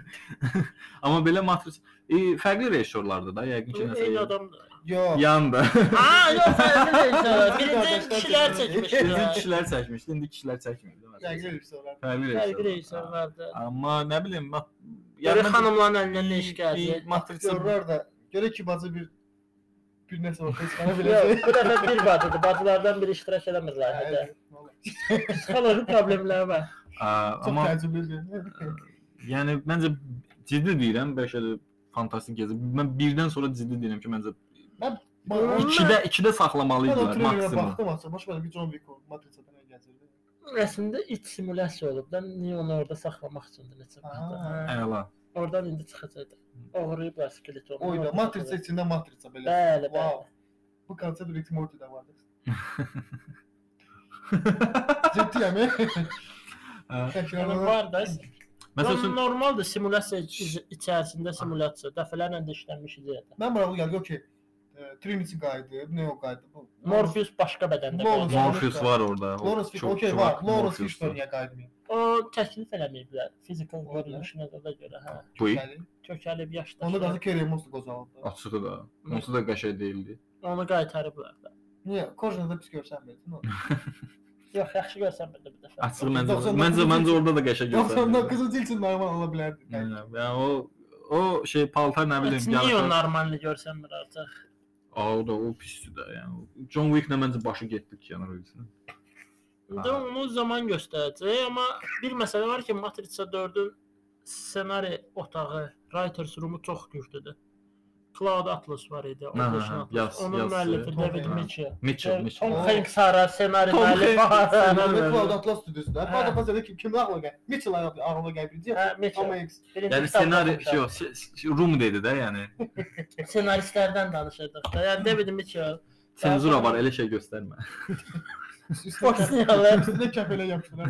Speaker 1: Amma belə Matrix e, fərqli rejissorlardır da, yəqin ki,
Speaker 3: Eyni
Speaker 1: nəsə.
Speaker 3: adam.
Speaker 2: Yox.
Speaker 1: Yan da.
Speaker 3: Aa yox, fərqli deyilsən. Birinci
Speaker 2: Qardaşlar
Speaker 3: kişilər
Speaker 2: çəkmişdi.
Speaker 1: Birinci
Speaker 3: çəkmişdilər.
Speaker 1: kişilər çəkmişdi, indi kişilər çəkmir, deməli.
Speaker 2: Rəqəmli sonra.
Speaker 1: Fərqli
Speaker 3: Fərqli
Speaker 1: rejissorlar.
Speaker 3: rejissorlardı.
Speaker 1: Amma nə bilim, mat-
Speaker 3: Yəni
Speaker 1: mən-
Speaker 3: xanımların əlindən nə iş
Speaker 1: Bir
Speaker 3: gəldi?
Speaker 1: Matrixa
Speaker 2: Görürlər də. Görə ki bacı bir bir nəsə ortaya çıxana
Speaker 3: Yox,
Speaker 2: biləcək.
Speaker 3: bu dəfə bir bacıdır. Bacılardan biri iştirak eləmir layihədə.
Speaker 2: Yəni, vallahi,
Speaker 3: Psixoloji problemləri var.
Speaker 1: Aa,
Speaker 2: Çox
Speaker 1: amma
Speaker 2: təəccüblüdür.
Speaker 1: yəni məncə ciddi deyirəm, bəlkə də fantastik gəzir. Mən birdən sonra ciddi deyirəm ki, məncə
Speaker 2: Mən
Speaker 3: Mən-
Speaker 1: 2-də 2-də
Speaker 2: mən
Speaker 1: saxlamalıydılar
Speaker 2: oturuyorum elə
Speaker 1: maksimum.
Speaker 2: baxdım açıq. Baş belə bir John Wick matrisadan gəzirdi.
Speaker 3: Əslində iç simulyasiya olub da niyə onu orada saxlamaq üçündür neçə vaxtda.
Speaker 2: Aa.
Speaker 3: Hə.
Speaker 1: Əla.
Speaker 3: Oradan indi çıxacaqdı. Oğurlayıblar skeleti onu.
Speaker 2: Oyda matrisa içində matrisa belə.
Speaker 3: Bəli, bəli.
Speaker 2: Wow. Bu konsept Rick Morty'də vardı. Ciddiyəm.
Speaker 1: Ə,
Speaker 3: Yəni
Speaker 2: Təkrarlanan
Speaker 3: var da
Speaker 1: Məsəl
Speaker 3: Məsələn,
Speaker 1: üçün
Speaker 3: normaldır simulyasiya iç- içərisində simulyasiya dəfələrlə də işlənmiş idi.
Speaker 2: mən maraqlı gəldi ki, e, Trinity qaydı, Neo qaydı bu.
Speaker 3: Morpheus başqa bədəndə
Speaker 2: Morpheus.
Speaker 3: qaldı.
Speaker 1: Morpheus var orada. o
Speaker 2: Lawrence Fishburne,
Speaker 1: çox
Speaker 2: okey
Speaker 1: çuvaq
Speaker 2: var. Lawrence
Speaker 1: Morpheus-dur.
Speaker 2: Fishburne niyə qayıtmayıb?
Speaker 3: O təklif eləməyiblər. Fizikal
Speaker 2: Olabilir.
Speaker 3: görünüşünə də görə, hə.
Speaker 1: Bu il
Speaker 2: Yəni,
Speaker 3: Kökəlib yaşdaşı.
Speaker 2: Onda da Kerry Moss da qocaldı.
Speaker 1: açığı da. Onsuz da qəşəng deyildi.
Speaker 3: onu qaytarıblar da.
Speaker 2: Niyə? Kojnada pis görsənmirdin o.
Speaker 3: Yox, yaxşı görsənmədi bu dəfə.
Speaker 1: Açığı məncə
Speaker 2: 99
Speaker 1: məncə məncə orada da qəşəng görsənir.
Speaker 2: 99-cu il üçün normal ola bilərdi. bəlkə.
Speaker 1: Yəni o o şey paltar nə bilim
Speaker 3: Niyə
Speaker 1: yarışa-
Speaker 3: normalni görsənmir artıq?
Speaker 1: Aa, o da o pisdir də. Yəni o- John Wick nə məncə başı getdi ki, yəni ölsün.
Speaker 3: İndi
Speaker 1: Ha.
Speaker 3: onu zaman göstərəcək, amma bir məsələ var ki, Matrix 4-ün ssenari otağı, writers roomu çox güclüdür. Cloud Atlas var idi,
Speaker 1: Hə,
Speaker 3: Operation
Speaker 1: hə,
Speaker 3: Atlas.
Speaker 1: yaz-
Speaker 3: Onun
Speaker 1: yazısı.
Speaker 3: müəllifi
Speaker 2: Tom
Speaker 3: David
Speaker 2: Hanks.
Speaker 3: Mitchell.
Speaker 1: Mitchell,
Speaker 3: Tom
Speaker 1: Mitchell.
Speaker 3: Hanks hara ssenari
Speaker 1: Tom
Speaker 3: müəllifi
Speaker 1: Hanks.
Speaker 3: hara?
Speaker 2: Yəni
Speaker 1: Hə.
Speaker 2: Cloud Atlas stüdyosudur.
Speaker 3: Hə.
Speaker 2: Pada pada ki, kim ağla gəl? Mitchell ağla ağla gəl birinci.
Speaker 3: Hə, Mitchell.
Speaker 2: Tom Hanks.
Speaker 3: Birinci
Speaker 1: Yəni
Speaker 3: kitabda
Speaker 1: ssenari
Speaker 3: danışaq.
Speaker 1: şey, o, se- se- room dedi də, yəni
Speaker 3: Senaristlərdən danışırdıq da. Yəni David Mitchell.
Speaker 1: senzura var, elə şey göstərmə.
Speaker 3: Bosniyalı,
Speaker 2: Üstünə kəpələ yapışdılar.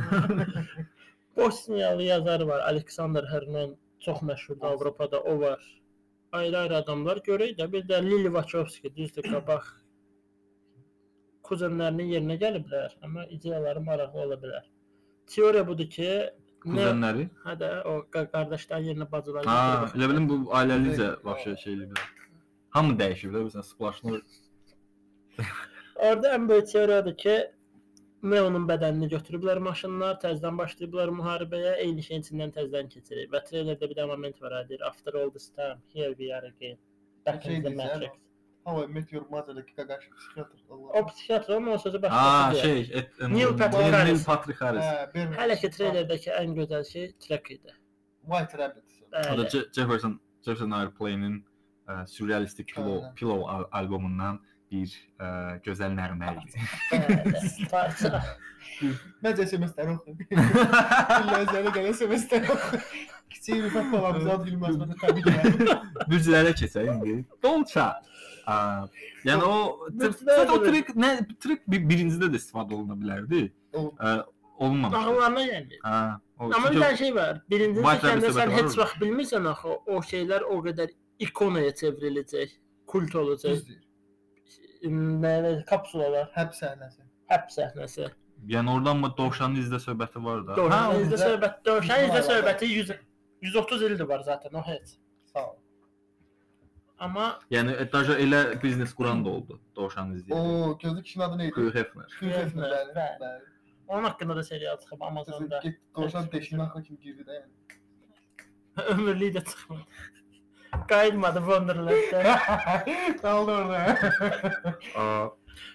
Speaker 3: Bosniyalı yazar var, Aleksandr Hernan çox məşhurdur Avropada, o var. Ayrı-ayrı adamlar görək də bir də Lili Vakovski düzdür qabaq kuzenlərinin yerinə gəliblər, amma ideyaları maraqlı ola bilər. Teoriya budur ki, nə
Speaker 1: Kuzenləri.
Speaker 3: hə də o qa- qardaşların yerinə bacılar
Speaker 1: Ha,
Speaker 3: gətirib.
Speaker 1: elə bilim bu ailəlicə vəbşə şey eləyiblər. Hamı dəyişib də, məsələn, splashnı
Speaker 3: Orada ən böyük teoriyadır ki, Neon'un bədənini götürüblər maşınlar, təzədən başlayıblar müharibəyə, eyni şeyin içindən təzədən keçirik. Və treylerdə bir də moment var, deyir, after all this time, here we are again. Back
Speaker 2: Şey
Speaker 3: in the
Speaker 2: deyir,
Speaker 3: matrix.
Speaker 2: How I Met Your Mother'daki Kagashi psikiyatr.
Speaker 3: O
Speaker 2: Allah.
Speaker 3: psixiatr onun o sözü
Speaker 1: Ha
Speaker 3: başqa
Speaker 1: şey, et,
Speaker 3: Neil Patrick
Speaker 1: um,
Speaker 3: Harris. Ah,
Speaker 1: Neil Patrick Harris.
Speaker 2: Hə, Bernard.
Speaker 3: Hələ ki treylerdəki ən gözəl şey track idi.
Speaker 2: White Rabbit.
Speaker 1: O da
Speaker 3: Bəli.
Speaker 1: Oh, Je- Jefferson Jefferson Airplane'in ə, Surrealistic
Speaker 3: Oh,
Speaker 1: Pillow,
Speaker 2: Aynen.
Speaker 1: Pillow al- albomundan bir uh, ə, gözəl nəğmə idi.
Speaker 3: bəli. Parça.
Speaker 2: Məncə SMS-ləri oxuyun. Ləzzəni gələn SMS-ləri oxuyun. Kiçik Rüfət babamız ad günü münasibətilə təbrik edirəm.
Speaker 1: Bürclərə keçək indi. Dolça. Ə, yəni o
Speaker 3: Bürclərə
Speaker 1: trik o
Speaker 3: görə-
Speaker 1: trik nə trik bir, birincidə də istifadə oluna bilərdi.
Speaker 2: O,
Speaker 1: Ə, olmamışdı.
Speaker 3: Ağıllarına gəlmir.
Speaker 1: Hə. Ah, O
Speaker 3: Amma bir
Speaker 1: çünki-
Speaker 3: dənə şey var. Birincisi
Speaker 1: White
Speaker 3: kəndə
Speaker 1: Rabbit-ə
Speaker 3: sən
Speaker 1: bətər
Speaker 3: heç
Speaker 1: var.
Speaker 3: vaxt bilmirsən axı o şeylər o qədər ikonaya çevriləcək, kult olacaq.
Speaker 2: düzdür.
Speaker 3: Nə kapsulalar,
Speaker 2: Həbs səhnəsi.
Speaker 3: həbs səhnəsi.
Speaker 1: yəni oradan mı dovşanın izdə söhbəti var da.
Speaker 3: Doğru.
Speaker 2: Ha, o
Speaker 3: Dövşənizdə
Speaker 2: bizə-
Speaker 3: söhbət, dövşənizdə
Speaker 2: Bizim
Speaker 3: söhbəti 100 130 ildir var zaten o heç.
Speaker 2: Sağ ol.
Speaker 3: Amma
Speaker 1: Yəni etaja elə biznes quran da oldu dovşanın izdə.
Speaker 2: O, gözlü kişinin adı nə idi?
Speaker 1: Hugh Hefner.
Speaker 2: Hugh Hefner,
Speaker 3: Hefner,
Speaker 2: bəli,
Speaker 3: bəli.
Speaker 2: bəli.
Speaker 3: onun haqqında da serial çıxıb Amazonda.
Speaker 2: Qızı Get dovşan deşiyin axırı kimi girdi də yəni.
Speaker 3: Ömürlük də çıxmadı. Qayıtmadı Wonderland'da.
Speaker 2: Qaldı orada.
Speaker 1: Ə,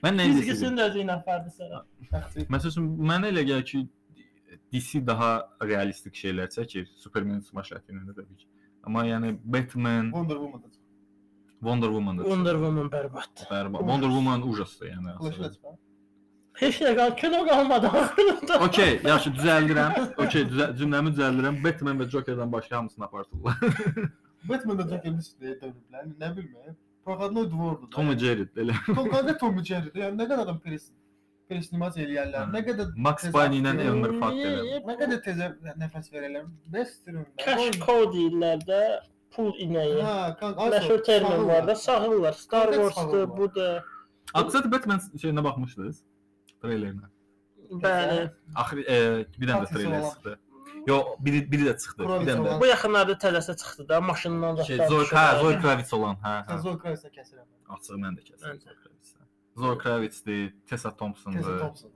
Speaker 1: Mən nə istəyirəm?
Speaker 3: Fizikisini də özü ilə apardı sonra.
Speaker 2: Taxtı.
Speaker 1: Məsələn, mənə elə gəlir ki, DC daha realistik şeylər çəkir. Superman smash atınında təbii ki. Amma yəni Batman,
Speaker 2: Wonder Woman da çıxdı.
Speaker 1: Wonder Woman da
Speaker 3: Wonder Woman bərbaddır.
Speaker 1: Bərba. Wonder Woman ujasdır yəni.
Speaker 2: Flash da
Speaker 1: aslında.
Speaker 2: çıxdı.
Speaker 3: Heç nə qal, kino qalmadı axırında.
Speaker 1: Okay, yaxşı düzəldirəm. Okay, düzə- cümləmi düzəldirəm. Batman və Joker-dən başqa hamısını apartdılar.
Speaker 2: Batman da Joker'in üstüne dönüblər. Nə bilmə. Proqadını dvordu.
Speaker 1: Tom və Jerry elə.
Speaker 2: Tokada Tom and Jerry'dir. Yəni nə qədər adam pres pres animasiya eləyərlər.
Speaker 1: Hə.
Speaker 2: Nə qədər
Speaker 1: Max Payne ilə
Speaker 2: Tezahür-
Speaker 1: Elmer Fudd elə.
Speaker 2: nə qədər tezə nəfəs verərlər. Nə istəyirəm
Speaker 3: Cash
Speaker 2: mən?
Speaker 3: Code deyirlər də pul inəyi.
Speaker 2: Ha, kanka.
Speaker 3: Məşhur termin var da sağırlar. Star
Speaker 2: Orada
Speaker 3: Wars'dır,
Speaker 2: sağırlar.
Speaker 3: bu da.
Speaker 1: Aqsat Batman şeyinə baxmışdınız? Trailerinə.
Speaker 3: Bəli.
Speaker 1: Axır e, bir dənə də
Speaker 2: Taksi
Speaker 1: treyler
Speaker 2: olan.
Speaker 1: çıxdı. Yo, biri biri də çıxdı. Bir dənə də.
Speaker 3: Bu yaxınlarda tələsə çıxdı da maşından da.
Speaker 1: Şey, Zoe, hə, Zoe Kravitz olan, hə, hə.
Speaker 2: Kazol Krasna kəsirəm.
Speaker 1: Açığı mən də kəsdim.
Speaker 3: Mən
Speaker 1: Zor Kravitsdən. Zor Kravitsdir, Tessa
Speaker 2: Tezə
Speaker 1: Thompsondur.
Speaker 2: Thompson.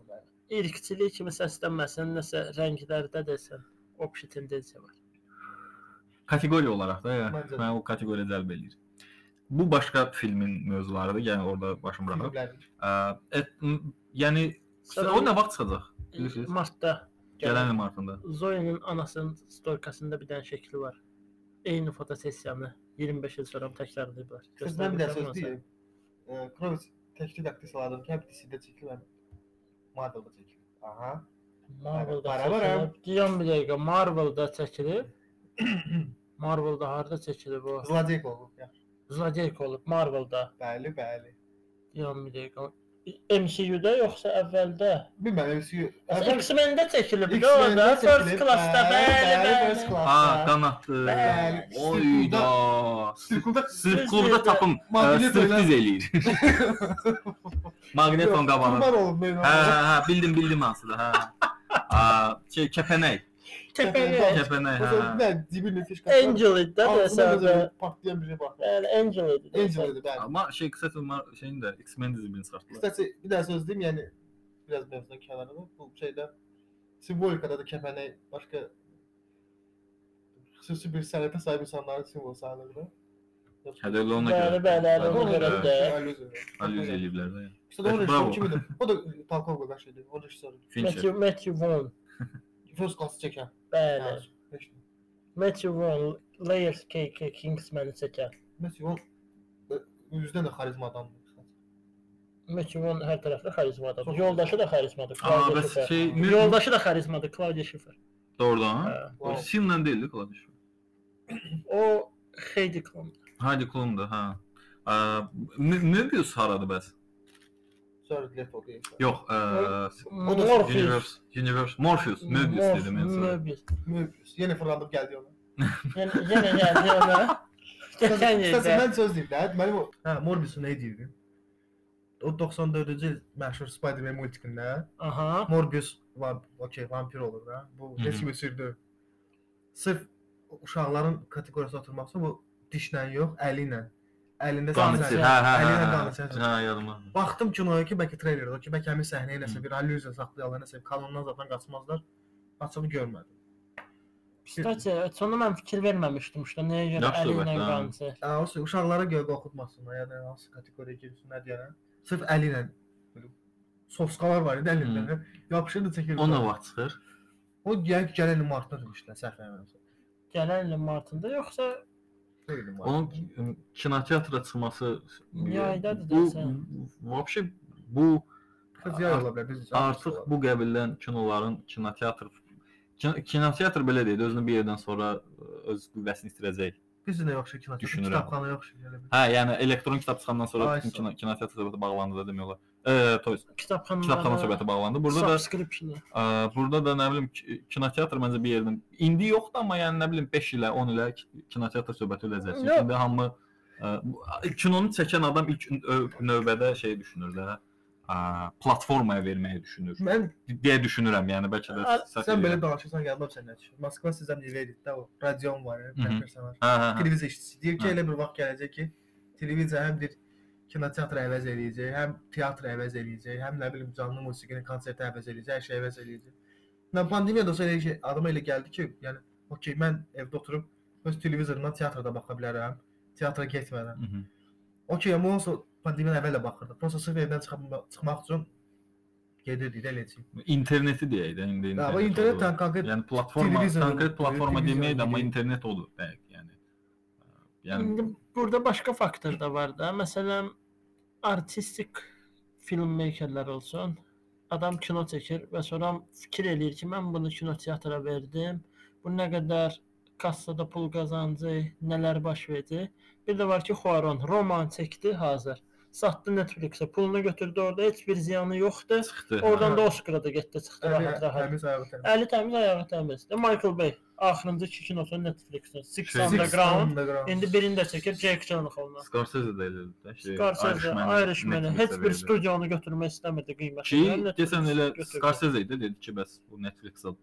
Speaker 3: irqçilik kimi səslənməsin, nəsə rənglərdə desən, o bir tendensiya var.
Speaker 1: Kateqoriya olaraq da, ya,
Speaker 2: Məncə də.
Speaker 1: mən o kateqoriyaya cəlb eləyir. Bu başqa filmin mövzularıdır, yəni orada başım rahat.
Speaker 2: Filmlər.
Speaker 1: Ə, et- m- Yəni
Speaker 3: Sən
Speaker 1: o nə vaxt çıxacaq? bilirsiniz?
Speaker 3: Martda
Speaker 1: Gələn il martında.
Speaker 3: Zoe'nin anasının storkasında bir dənə şəkli var. Eyni fotosessiyanı 25 il sonra təkrarlayıblar.
Speaker 2: Siz mən bir də
Speaker 3: Göstərmişəm
Speaker 2: söz
Speaker 3: ona
Speaker 2: deyim. Kravitz təklif aktrisalarının hepsində çəkilmir. Modelda çəkilir. Aha.
Speaker 3: sən. Marvel'da
Speaker 2: Bara bara.
Speaker 3: çəkilib. Deyəm bir dəqiqə, Marvel'da çəkilib. Marvel'da harda çəkilib o?
Speaker 2: Zlodey olub. ya.
Speaker 3: Zodiac olub Marvel'da.
Speaker 2: Bəli, bəli.
Speaker 3: Deyəm bir dəqiqə. MCU-da yoxsa əvvəldə?
Speaker 2: Bilmirəm, MC.
Speaker 3: X-Men-də çəkilib.
Speaker 2: X-Men-də
Speaker 3: Nə orada? First
Speaker 2: çəkilib. Hə,
Speaker 3: Class-da. Bəli, bəli.
Speaker 2: First
Speaker 1: A,
Speaker 2: Class-da.
Speaker 1: qanaddır.
Speaker 3: Bəli.
Speaker 1: Oy da.
Speaker 2: Sirkulda
Speaker 1: Sırf Ee, klubda tapım, ə,
Speaker 2: Magneto
Speaker 1: striptiz eləyir. Magneton qabanı.
Speaker 2: Qurban olum mən.
Speaker 1: Hə, hə, bildim, bildim hansıdır, hə. A, şey, kəpənək.
Speaker 3: Təpəyə.
Speaker 1: Kəpənək,
Speaker 2: Bu da
Speaker 1: hə.
Speaker 2: nə dibinə fiş
Speaker 3: Angel idi də
Speaker 2: Ağzına
Speaker 3: məsələn.
Speaker 2: patlayan bir şey bax.
Speaker 3: Bəli, Angel idi. də
Speaker 2: Angel
Speaker 3: məsələn.
Speaker 2: idi bəli.
Speaker 1: Amma şey, qısa Mar- şeyin də X-Men dizibini çıxartdılar.
Speaker 2: Kısacası bir daha söz diyeyim yani biraz mevzudan kenarına bu şeyde simbolikada da kefene başka hususi bir sanata sahip insanların simbol sahneleri.
Speaker 1: Hədə elə ona görə.
Speaker 3: Bəli, bəli, hələ ona
Speaker 1: Bəli,
Speaker 3: görə
Speaker 1: bəli.
Speaker 3: də.
Speaker 1: Allüz eləyiblər də.
Speaker 2: İşte de onun
Speaker 1: Bravo.
Speaker 2: rejisörü kimidi? O da Tarkov'la başladı. O rejisörü.
Speaker 1: Fincher.
Speaker 3: Matthew, Matthew Vaughn.
Speaker 2: First Class'ı çeken.
Speaker 3: Bəli.
Speaker 2: Yani, beş-
Speaker 3: Matthew Vaughn Layers Cake Kingsman-i çəkən.
Speaker 2: Mesela o o yüzden de karizma adamdı.
Speaker 3: Matthew Vaughn hər tərəfli xarizmadır.
Speaker 2: Çox-
Speaker 3: Yoldaşı da xarizmadır.
Speaker 1: Aa,
Speaker 3: Claudia
Speaker 1: bəs
Speaker 3: Schiffer.
Speaker 1: şey Mür-
Speaker 3: Yoldaşı da xarizmadır. Claudia Schiffer.
Speaker 1: doğrudan ha?
Speaker 3: Hə.
Speaker 1: O
Speaker 2: Wow.
Speaker 1: Sinlə deyildi Claudia Schiffer.
Speaker 3: O Heidi Klum.
Speaker 1: Haydi klondur ha. Ə, Mü- Möbius haradır bəs?
Speaker 2: Sonra Leto diye.
Speaker 1: Yox, ə,
Speaker 2: O da
Speaker 3: Morpheus.
Speaker 1: Universe, Universe, Morpheus, Möbius
Speaker 3: Morph-
Speaker 1: dedim mən sonra.
Speaker 3: Möbius.
Speaker 2: Möbius. Yeni fırlandım geldi ona.
Speaker 3: Yenə yenə gəldi ona. Keçən yerdə.
Speaker 2: Səsindən söz deyim də. Deməli o hə Morbius nə deyirdi? O 94-cü il məşhur Spider-Man multikində
Speaker 3: Aha.
Speaker 2: Morbius var, okey, vampir olur da. Bu
Speaker 1: Hı hı.
Speaker 2: heç kimi sürdü. Sırf uşaqların kateqoriyasına oturmaq üçün bu dişlə yox, əli ilə Əlində
Speaker 1: Qamçı.
Speaker 2: danışır.
Speaker 1: Hə, hə, hə.
Speaker 2: Əlində
Speaker 1: hə.
Speaker 2: danışır.
Speaker 1: Hə, yadıma.
Speaker 2: Baxdım kinoya ki, bəlkə treylerdə ki, bəlkə həmin səhnəyə nəsə
Speaker 1: Hı.
Speaker 2: bir allüziya saxlayırlar, nəsə bir kanondan zaten qaçmazlar. Açığı görmədim.
Speaker 3: Stati, sonu mən fikir verməmişdim işte. Nəyə görə
Speaker 1: Yaxşı
Speaker 3: əli ilə
Speaker 1: söhbət, hə.
Speaker 3: qançı?
Speaker 2: Ağustos uşaqlara görə qorxutmasınlar, ya da yəni hansı kateqoriyaya girsin, nə deyirəm. Sırf əli ilə belə soskalar var idi əlində. Yapışırdı çəkirdi.
Speaker 1: O nə vaxt çıxır?
Speaker 2: O yəni ki, gələn ilin martda demişdilər, səhv eləmirəmsə.
Speaker 3: Gələn ilin martında yoxsa
Speaker 2: Deyil ilin martda.
Speaker 1: Onun ki- kinoteatra çıxması
Speaker 3: Yaydadır
Speaker 1: bu
Speaker 3: desən.
Speaker 1: вообще bu
Speaker 2: Qız yay ola bilər, biz
Speaker 1: artıq bu qəbildən kinoların kinoteatr kin- kinoteatr belə deyil, özünü bir yerdən sonra ə, öz qüvvəsini itirəcək.
Speaker 2: biz də yaxşı kino çıxır,
Speaker 1: Düşünürəm.
Speaker 2: kitabxana yaxşı gələ bilər.
Speaker 1: Hə, yəni elektron kitab çıxandan sonra
Speaker 2: Ay,
Speaker 1: bütün
Speaker 2: sağ
Speaker 1: kino, kinoteatr söhbəti bağlandı da demək olar. Ə, toy,
Speaker 3: kitabxana
Speaker 2: hə,
Speaker 1: kitabxana söhbəti bağlandı. Burada da
Speaker 3: subscription.
Speaker 1: ə, burada da nə bilim ki- kinoteatr məncə bir yerdən indi yoxdur amma yəni nə bilim 5 ilə 10 ilə ki- kinoteatr söhbəti öləcək. Çünki
Speaker 3: Yox.
Speaker 1: indi hamı ə, bu- kinonu çəkən adam ilk ö- növbədə şey düşünür də ə, platformaya verməyi düşünür
Speaker 2: Mən
Speaker 1: deyə düşünürəm. Yəni bəlkə də
Speaker 3: Ə,
Speaker 1: səhv
Speaker 2: sən belə
Speaker 1: eləyirəm.
Speaker 2: danışırsan, gəlməm səninlə. Moskva sizəm Neveditdə o radion var,
Speaker 1: Mhm.
Speaker 2: professor var.
Speaker 1: Hə, hə, hə.
Speaker 2: televiziya işçisi. Deyir ki,
Speaker 1: Hə.
Speaker 2: elə bir vaxt gələcək ki, televiziya həm bir kinoteatr əvəz eləyəcək, həm teatr əvəz eləyəcək, həm nə bilim canlı musiqinin konserti əvəz eləyəcək, hər şey əvəz eləyəcək. Nə pandemiyada olsa elə şey adama elə gəldi ki, yəni okey, mən evdə oturub öz televizorumdan teatrda baxa bilərəm, teatra getmədən.
Speaker 1: Mhm.
Speaker 2: Okey, amma onsa pandemiyadan əvvəl də baxırdı. Prosta sırf evdən çıxma- çıxmaq üçün gedirdi də eləcək.
Speaker 1: İnterneti deyək də indi internet.
Speaker 2: Amma
Speaker 1: olur.
Speaker 2: internetdən konkret
Speaker 1: Yəni platforma,
Speaker 2: Televizor olur,
Speaker 1: konkret platforma
Speaker 2: televizor
Speaker 1: deməyəndə amma
Speaker 2: deyil.
Speaker 1: internet olur dəqiq, yəni. Yəni
Speaker 3: İndi burada başqa faktor da var da. Məsələn, artistik filmmakerlər olsun. Adam kino çəkir və sonra fikir eləyir ki, mən bunu kino teatra verdim. Bu nə qədər kassada pul qazancı, nələr baş verdi. Bir də var ki, Xuaron roman çəkdi hazır. Satdı Netflix-ə, pulunu götürdü orada, heç bir ziyanı yoxdur.
Speaker 1: çıxdı.
Speaker 3: Oradan da Oscar-a da getdi, çıxdı rahat-rahat.
Speaker 2: təmiz ayağı təmiz.
Speaker 3: Əli təmiz, ayağı təmiz. The Michael Bay axırıncı iki kinosu Netflix-də. Six
Speaker 1: Şey, Six
Speaker 3: Underground.
Speaker 2: Underground.
Speaker 3: İndi birini də çəkir Jack Gyllenhaal-la.
Speaker 1: Scorsese də elədi də şey.
Speaker 3: Scorsese,
Speaker 1: Irishman-i
Speaker 3: Irishman-i
Speaker 1: Netflixə
Speaker 3: heç bir
Speaker 1: verdi.
Speaker 3: studiyanı götürmək istəmirdi
Speaker 1: Ki,
Speaker 3: qiymətinə.
Speaker 1: desən elə
Speaker 3: Scorsese.
Speaker 1: Scorsese idi dedi ki, bəs bu Netflix-ə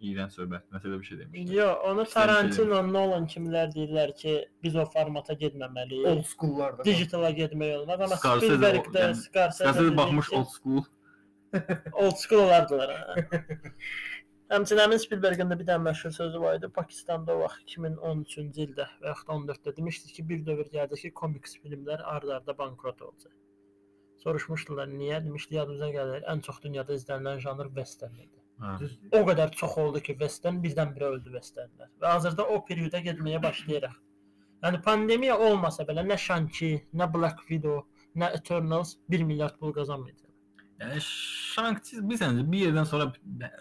Speaker 1: iyrən söhbət, nəsə elə bir şey demişdi.
Speaker 3: Yo, onu
Speaker 1: İstəmişdi.
Speaker 3: Tarantino, Nolan kimlər deyirlər ki, biz o formata
Speaker 2: old
Speaker 3: getməməliyik.
Speaker 2: school'larda.
Speaker 3: Digitala getmək olmaz, amma
Speaker 1: Scorsese o-
Speaker 3: Spielberg-də,
Speaker 1: yəni,
Speaker 3: Scorsese
Speaker 1: Scorsese baxmış old school.
Speaker 3: old school olardılar. ha. Həmçinin həmin Spielberg-in də bir dənə məşhur sözü var idi. Pakistanda o vaxt 2013-cü ildə və yaxud da 14-də demişdi ki, bir dövr gələcək ki, komiks filmlər ard-arda bankrot olacaq. Soruşmuşdular niyə? Demişdi yadımıza gəlir, ən çox dünyada izlənilən janr western idi.
Speaker 1: Hə.
Speaker 2: Düzdür.
Speaker 3: O qədər çox oldu ki, western birdən-birə öldü westernlər. Və hazırda o perioda getməyə başlayırıq. Yəni pandemiya olmasa belə nə Shang-Chi, nə Black Widow, nə Eternals 1 milyard pul qazanmayacaq.
Speaker 1: Yəni Shang-Chi bilirsən E, bir yerdən sonra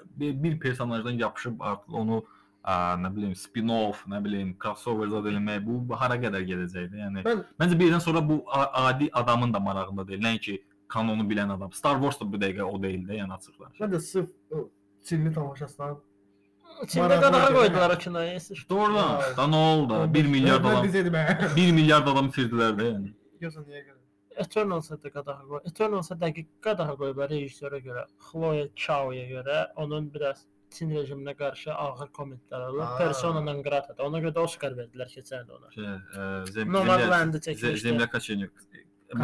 Speaker 1: bir, bir personajdan yapışıb artıq onu ə, nə bilim spin-off, nə bilim crossover zad eləmək bu hara qədər gələcəkdi? Yəni
Speaker 2: Mən-
Speaker 1: məncə bir yerdən sonra bu a- adi adamın da marağında deyil. Nəinki kanonu bilən adam. Star Wars da bu dəqiqə o deyil də, yəni açıqlar.
Speaker 2: Mən də sırf o Çinli tamaşasından
Speaker 3: İçində
Speaker 2: Maraqlı
Speaker 3: qadağa
Speaker 2: olacaq,
Speaker 3: qoydular o kinoya. siz-
Speaker 1: Doğrudan.
Speaker 2: Vay.
Speaker 1: Da nə oldu? 1 milyard
Speaker 2: adam.
Speaker 1: adam
Speaker 2: Bizədir mən.
Speaker 1: 1 milyard adam itirdilər də yəni.
Speaker 2: Yoxsa niyə görə?
Speaker 3: Eternalsa da qadağa qoy. Eternalsa dəqiq qadağa qoyublar rejissyora görə. Chloe Chao-ya görə onun biraz Çin rejiminə qarşı ağır kommentlər alır.
Speaker 2: Aa.
Speaker 3: Persona non grata da. Ona görə də Oscar verdilər keçən il ona.
Speaker 1: Şey, ə, Zem- Zemlya-
Speaker 3: Nomadland-ı
Speaker 1: Ze-
Speaker 3: çəkmişdi.
Speaker 1: Zemlya Kaçenik.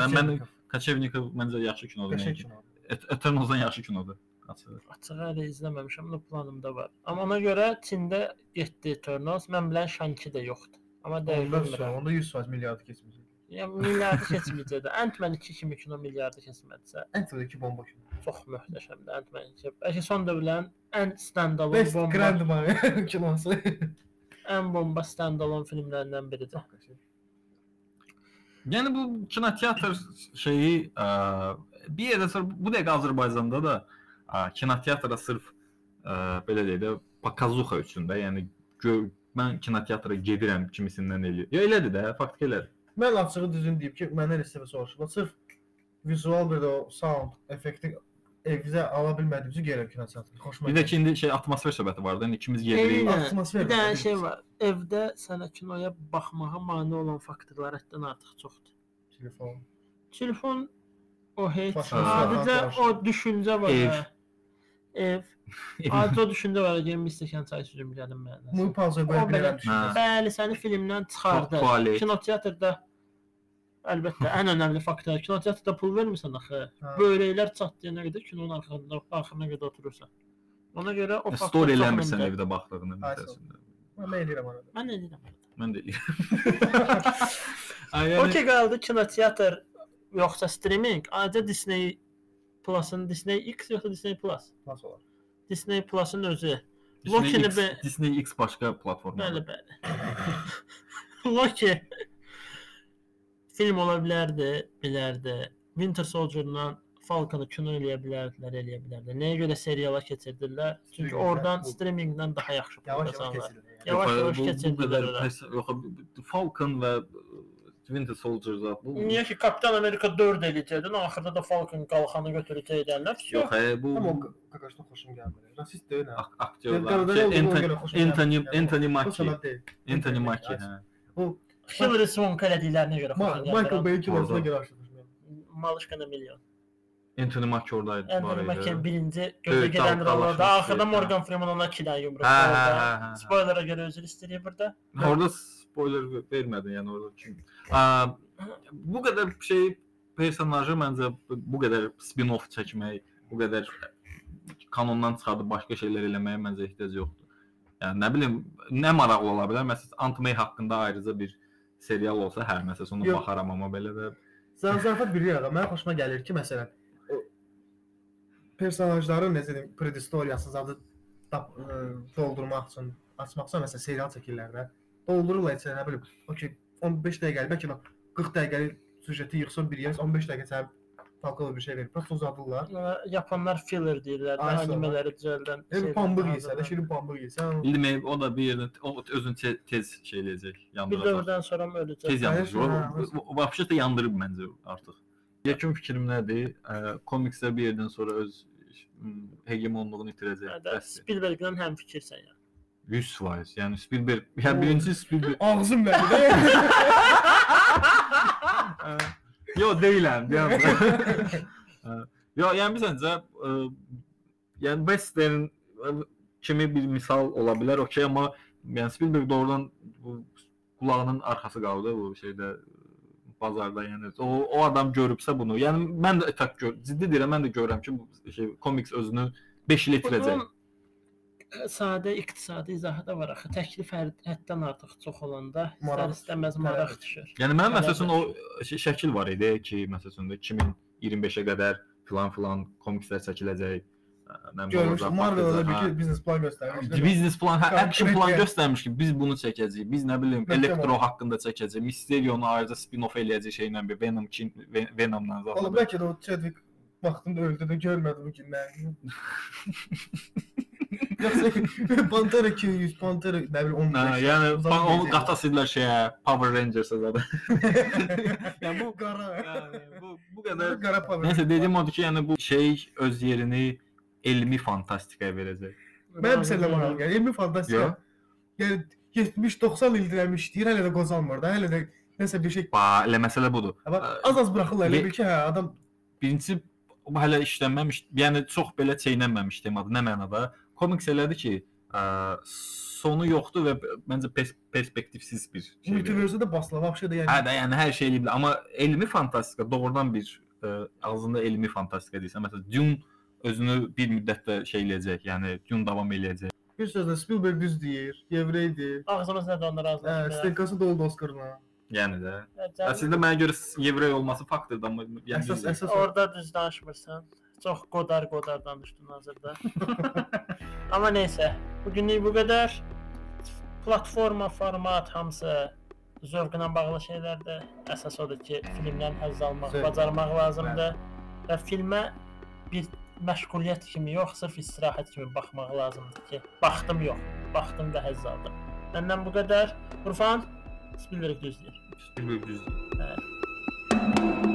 Speaker 1: Mən mən Kaçevnikov məncə yaxşı kinodur.
Speaker 2: qəşəng
Speaker 1: nəinki.
Speaker 2: kino.
Speaker 1: Et- Eternal'dan yaxşı kinodur. Açıq.
Speaker 3: Açığı hələ izləməmişəm, amma planımda var. Amma ona görə Çində 7 Eternals, mən bilən Shang-Chi də yoxdur. Amma dəqiq
Speaker 2: Ondan sonra
Speaker 3: bilmirəm.
Speaker 2: onda 100 saat milyardı keçmiş.
Speaker 3: Yəni milyardı keçməyəcək də. Ant-Man 2 kimi kino milyardı keçmədisə,
Speaker 2: Ən bomba kino.
Speaker 3: çox möhtəşəmdir Ant-Man. Bəlkə son dövrlərin ən stand-alone
Speaker 2: Best
Speaker 3: bomba
Speaker 2: Grand Man kinosu.
Speaker 3: ən bomba standalone filmlərindən biridir.
Speaker 2: Çox qəşəng.
Speaker 1: Yəni bu kinoteatr şeyi ə, bir yerdə sonra bu dəqiqə Azərbaycanda da e, ə, kinoteatra sırf e, ə, belə deyək də pokazuxa üçün də, yəni gör, mən kinoteatra gedirəm kimisindən eləyir. Ya elədir də, faktiki elədir.
Speaker 2: Mən açığı düzün deyim ki, məndən istəfə soruşublar. Sırf vizual bir də o sound effekti evimizə ala bilmədiyimiz üçün gəlib kino teatrına. Xoşuma
Speaker 1: Bir də ki indi şey atmosfer söhbəti var da, indi ikimiz gedirik.
Speaker 3: Eyni.
Speaker 2: Atmosfer
Speaker 3: Bir
Speaker 2: var,
Speaker 3: dənə
Speaker 2: bilirsən.
Speaker 3: şey var. Evdə sənə kinoya baxmağa mane olan faktorlar həddən artıq çoxdur.
Speaker 2: telefon.
Speaker 3: Telefon o heç
Speaker 2: Başa
Speaker 3: sadəcə
Speaker 2: çıxaraq.
Speaker 3: o düşüncə var.
Speaker 1: Ev.
Speaker 3: Ev. Ev. Artıq o düşüncə var. Gəl bir stəkan çay sürüm gəlin mənə.
Speaker 2: Mui pauza
Speaker 3: O
Speaker 2: qoya
Speaker 3: belə-
Speaker 2: bilərəm
Speaker 1: Hə.
Speaker 2: düşünürəm.
Speaker 3: Bəli, səni filmdən çıxardı.
Speaker 1: Tualet.
Speaker 3: Kinoteatrda Əlbəttə, ən önəmli faktor kino teatrda pul vermirsən axı.
Speaker 2: Hə.
Speaker 3: Böyrəklər çatdığına qədər kinonun arxasında axırına qədər oturursan. Ona görə o faktor
Speaker 1: yəni Story
Speaker 3: çox
Speaker 1: eləmirsən
Speaker 3: önəmlidir.
Speaker 1: evdə baxdığını
Speaker 2: Ay,
Speaker 1: müddətində.
Speaker 2: Mən eləyirəm arada.
Speaker 3: Mən nə deyirəm?
Speaker 1: Mən də eləyirəm.
Speaker 3: Yəni... Okey qaldı kino teatr yoxsa streaming, ancaq Disney Plus-ın Disney X yoxsa Disney Plus?
Speaker 2: Nasıl olar?
Speaker 3: Disney Plus-ın özü.
Speaker 1: Disney
Speaker 3: Loki-ni
Speaker 1: X,
Speaker 3: be-
Speaker 1: Disney X başqa
Speaker 3: Bəli,
Speaker 1: platformadır.
Speaker 3: bəli. Loki film ola bilərdi, bilərdi. Winter Soldier-la Falcon-ı kino eləyə bilərdilər, eləyə bilərdilər. Nəyə görə seriala keçirdilər? Çünki
Speaker 2: Streamingdən
Speaker 3: oradan
Speaker 2: bu-
Speaker 3: streamingdən daha yaxşı
Speaker 2: Yavaş yavaş
Speaker 3: kazanırlar.
Speaker 2: kəsilir.
Speaker 3: Yavaş-
Speaker 2: Yəni.
Speaker 3: yavaş
Speaker 1: bu, bu
Speaker 3: keçirdilər
Speaker 1: qədər
Speaker 3: ora.
Speaker 1: pes, yox, Falcon və e, Winter Soldier da bu.
Speaker 3: Niyə ki Kapitan Amerika 4 eləyəcəkdi, axırda da Falcon qalxanı götürəcəkdilər.
Speaker 1: Yox,
Speaker 3: Yox.
Speaker 1: hayır, bu
Speaker 2: Amma o qaqaşdan xoşum gəlmir. Rasist deyil ha.
Speaker 1: ak- aktyorlar.
Speaker 2: Qadınlara
Speaker 1: Şey,
Speaker 2: olduğuna
Speaker 1: Anthony-
Speaker 2: görə xoşuma
Speaker 1: Anthony
Speaker 2: gəlmir.
Speaker 1: Anthony
Speaker 2: Bu
Speaker 1: Mackie.
Speaker 2: sənət deyil.
Speaker 1: Anthony
Speaker 2: Anthony
Speaker 1: Mackie,
Speaker 2: Mackie.
Speaker 1: hə.
Speaker 2: Bu
Speaker 3: Hillary Swank elədiklərinə görə.
Speaker 2: Ma- Michael Bay'in kinosuna
Speaker 1: Orada.
Speaker 2: görə açılmış.
Speaker 3: Malışqana milyon.
Speaker 1: Anthony Mackie oradaydı. var
Speaker 3: Anthony
Speaker 1: idi.
Speaker 3: Mackie birinci gözə
Speaker 1: Evet,
Speaker 3: gedən
Speaker 1: dal-
Speaker 3: rollarda
Speaker 1: dalaşması,
Speaker 3: axırda
Speaker 1: hə.
Speaker 3: Morgan Freeman ona 2 dənə yumruq
Speaker 1: Hə, hə, hə,
Speaker 3: vurdu.
Speaker 1: hə, hə.
Speaker 3: Spoilera görə özür istəyir burada.
Speaker 1: Ha, Orada spoiler ver- vermədin, yəni orada kim. Aa, bu qədər şey personajı məncə bu qədər spin-off çəkmək, bu qədər kanondan çıxarıb başqa şeylər eləməyə məncə ehtiyac yoxdur. Yəni nə bilim, nə maraqlı ola bilər? Məsələn, Antmey haqqında ayrıca bir serial olsa, hər məsəl ona
Speaker 2: Yox.
Speaker 1: baxaram amma belə də
Speaker 2: Zarafat bir yerə mənə xoşuma gəlir ki, məsələn, o personajların necə deyim, predistoriyasını zadı tap- ə, doldurmaq üçün açmaqsa məsələn serial çəkirlər də. Doldururlar içinə, nə bilim, okey 15 dəqiqəlik, bəlkə də 40 dəqiqəlik süjeti yıxsın bir yerə, 15 dəqiqə sənə fərqli bir şey verir. Prosta uzadırlar.
Speaker 3: Ona Yaponlar filler deyirlər,
Speaker 2: Ay,
Speaker 3: də, animeləri düzəldən.
Speaker 2: Elə
Speaker 3: şeylər,
Speaker 2: bir pambıq
Speaker 3: hazırlanan.
Speaker 2: yesən, də şirin pambıq yesən.
Speaker 1: indi mey- o da bir yerdə o özünü te- tez şey eləyəcək,
Speaker 3: bir
Speaker 1: yandıracaq.
Speaker 3: dövrdən sonra mı öləcək?
Speaker 1: Tez yandırır. O-
Speaker 2: Hə,
Speaker 1: o- o- Vapşet də yandırıb məncə artıq. Yekun fikrim nədir? Ə, Komikslər e, bir yerdən sonra öz m, hegemonluğunu itirəcək.
Speaker 3: Hə,
Speaker 1: Bəsdir.
Speaker 3: Spielberg-lə həm fikirsən yəni.
Speaker 1: 100 faiz. Yəni Spielberg, ya birinci Spielberg.
Speaker 2: Ağzım nədir?
Speaker 1: Ee, Yo deyiləm, deyəm. Ee, Yo, yəni bizəncə, ə, yəni Western ə, e, kimi bir misal ola bilər, okey, amma yəni Spielberg doğrudan bu qulağının arxası qaldı bu şeydə ə, bazarda yəni o, o adam görübsə bunu. Yəni mən də e, tak gör, ciddi deyirəm, mən də görürəm ki, bu şey komiks özünü 5 il itirəcək.
Speaker 3: Bunun ə, sadə iqtisadi izahı da var axı. Təklif hər- həddən artıq çox olanda
Speaker 2: Maraq
Speaker 3: istər istəməz
Speaker 2: düşür,
Speaker 3: maraq
Speaker 2: tələb.
Speaker 3: düşür.
Speaker 1: Yəni mənim
Speaker 3: Tələb
Speaker 1: məsələn o ş- şəkil var idi ki, məsələn 2025-ə qədər filan filan komikslər çəkiləcək. ə, Nə bilim,
Speaker 2: Görmüş
Speaker 1: olacaq,
Speaker 2: Marvel-da
Speaker 1: baxacaq,
Speaker 2: bir
Speaker 1: hə.
Speaker 2: biznes plan göstərmişdi.
Speaker 1: biznes plan, hə,
Speaker 2: Konkret
Speaker 1: action plan
Speaker 2: yəni.
Speaker 1: göstərmiş ki, biz bunu çəkəcəyik. Biz nə bilim,
Speaker 2: Məhkəmə.
Speaker 1: Elektro haqqında çəkəcəyik. Mysterio-nu ayrıca spin-off eləyəcək şeylə bir Venom kin Ven- Venom-la
Speaker 2: Ola
Speaker 1: zaten.
Speaker 2: bəlkə də o Chadwick vaxtında öldü də görmədi bu günləri. Yoxsa Pantera 200, Pantera nə bilim
Speaker 1: Hə,
Speaker 2: 15.
Speaker 1: yəni
Speaker 2: Uzaq
Speaker 1: fa- onu
Speaker 2: gedəcək.
Speaker 1: qatasıdlar şeyə, Power Rangers-a zaten.
Speaker 2: yəni bu qara.
Speaker 1: yəni bu bu
Speaker 2: Bu
Speaker 1: qədər
Speaker 2: qara Power.
Speaker 1: Nəsə dediyim odur ki, yəni bu şey öz yerini elmi fantastikaya verəcək.
Speaker 2: Mən bir sənə maraq gəlir. Elmi fantasiya.
Speaker 1: Yo.
Speaker 2: Yəni 70-90 ildir həmişə işləyir, hələ də qozanmır da, hələ də nəsə bir şey.
Speaker 1: Ba, elə məsələ budur.
Speaker 2: Amma
Speaker 1: Ə,
Speaker 2: az-az buraxırlar elə
Speaker 1: bir-
Speaker 2: bil ki, hə, adam
Speaker 1: Birinci bu hələ işlənməmiş, yəni çox belə çeynənməmiş temadır. Nə mənada? Komiks elədi ki, ə, sonu yoxdur və b- məncə pers perspektivsiz bir şey. verir.
Speaker 2: multiverse-də basla, vəbşə də
Speaker 1: Hə
Speaker 2: yəni.
Speaker 1: də, yəni hər şey elmi, amma elmi fantastika doğrudan bir ə, ağzında elmi fantastika deyirsən. Məsələn, Dune özünü bir müddət də şey eləyəcək, yəni Dune davam eləyəcək.
Speaker 2: Bir sözlə Spielberg düz deyir, Yevreydir.
Speaker 3: Ağzımız nə də onlara
Speaker 2: Hə,
Speaker 3: razılaşır.
Speaker 2: Stenkası da oldu Oscar-la.
Speaker 1: Yəni də.
Speaker 3: Hə,
Speaker 1: Əslində mənə görə Yevrey olması faktordur, amma yəni
Speaker 2: Əsas
Speaker 1: bilmirəm.
Speaker 2: əsas o.
Speaker 3: Orada düz danışmırsan. Çox qodar qodar danışdın hazırda. Amma neysə, bugünlük bu qədər. Platforma, format hamısı zövqlə bağlı şeylərdir. Əsas odur ki, filmdən həzz almaq,
Speaker 2: Zövq.
Speaker 3: bacarmaq lazımdır və filmə bir məşğuliyyət kimi yox, sırf istirahət kimi baxmaq lazımdır ki, baxdım yox, baxdım və həzz aldım. Məndən bu qədər. Urfan, Spielberg düz deyir.
Speaker 1: Spielberg düzdür.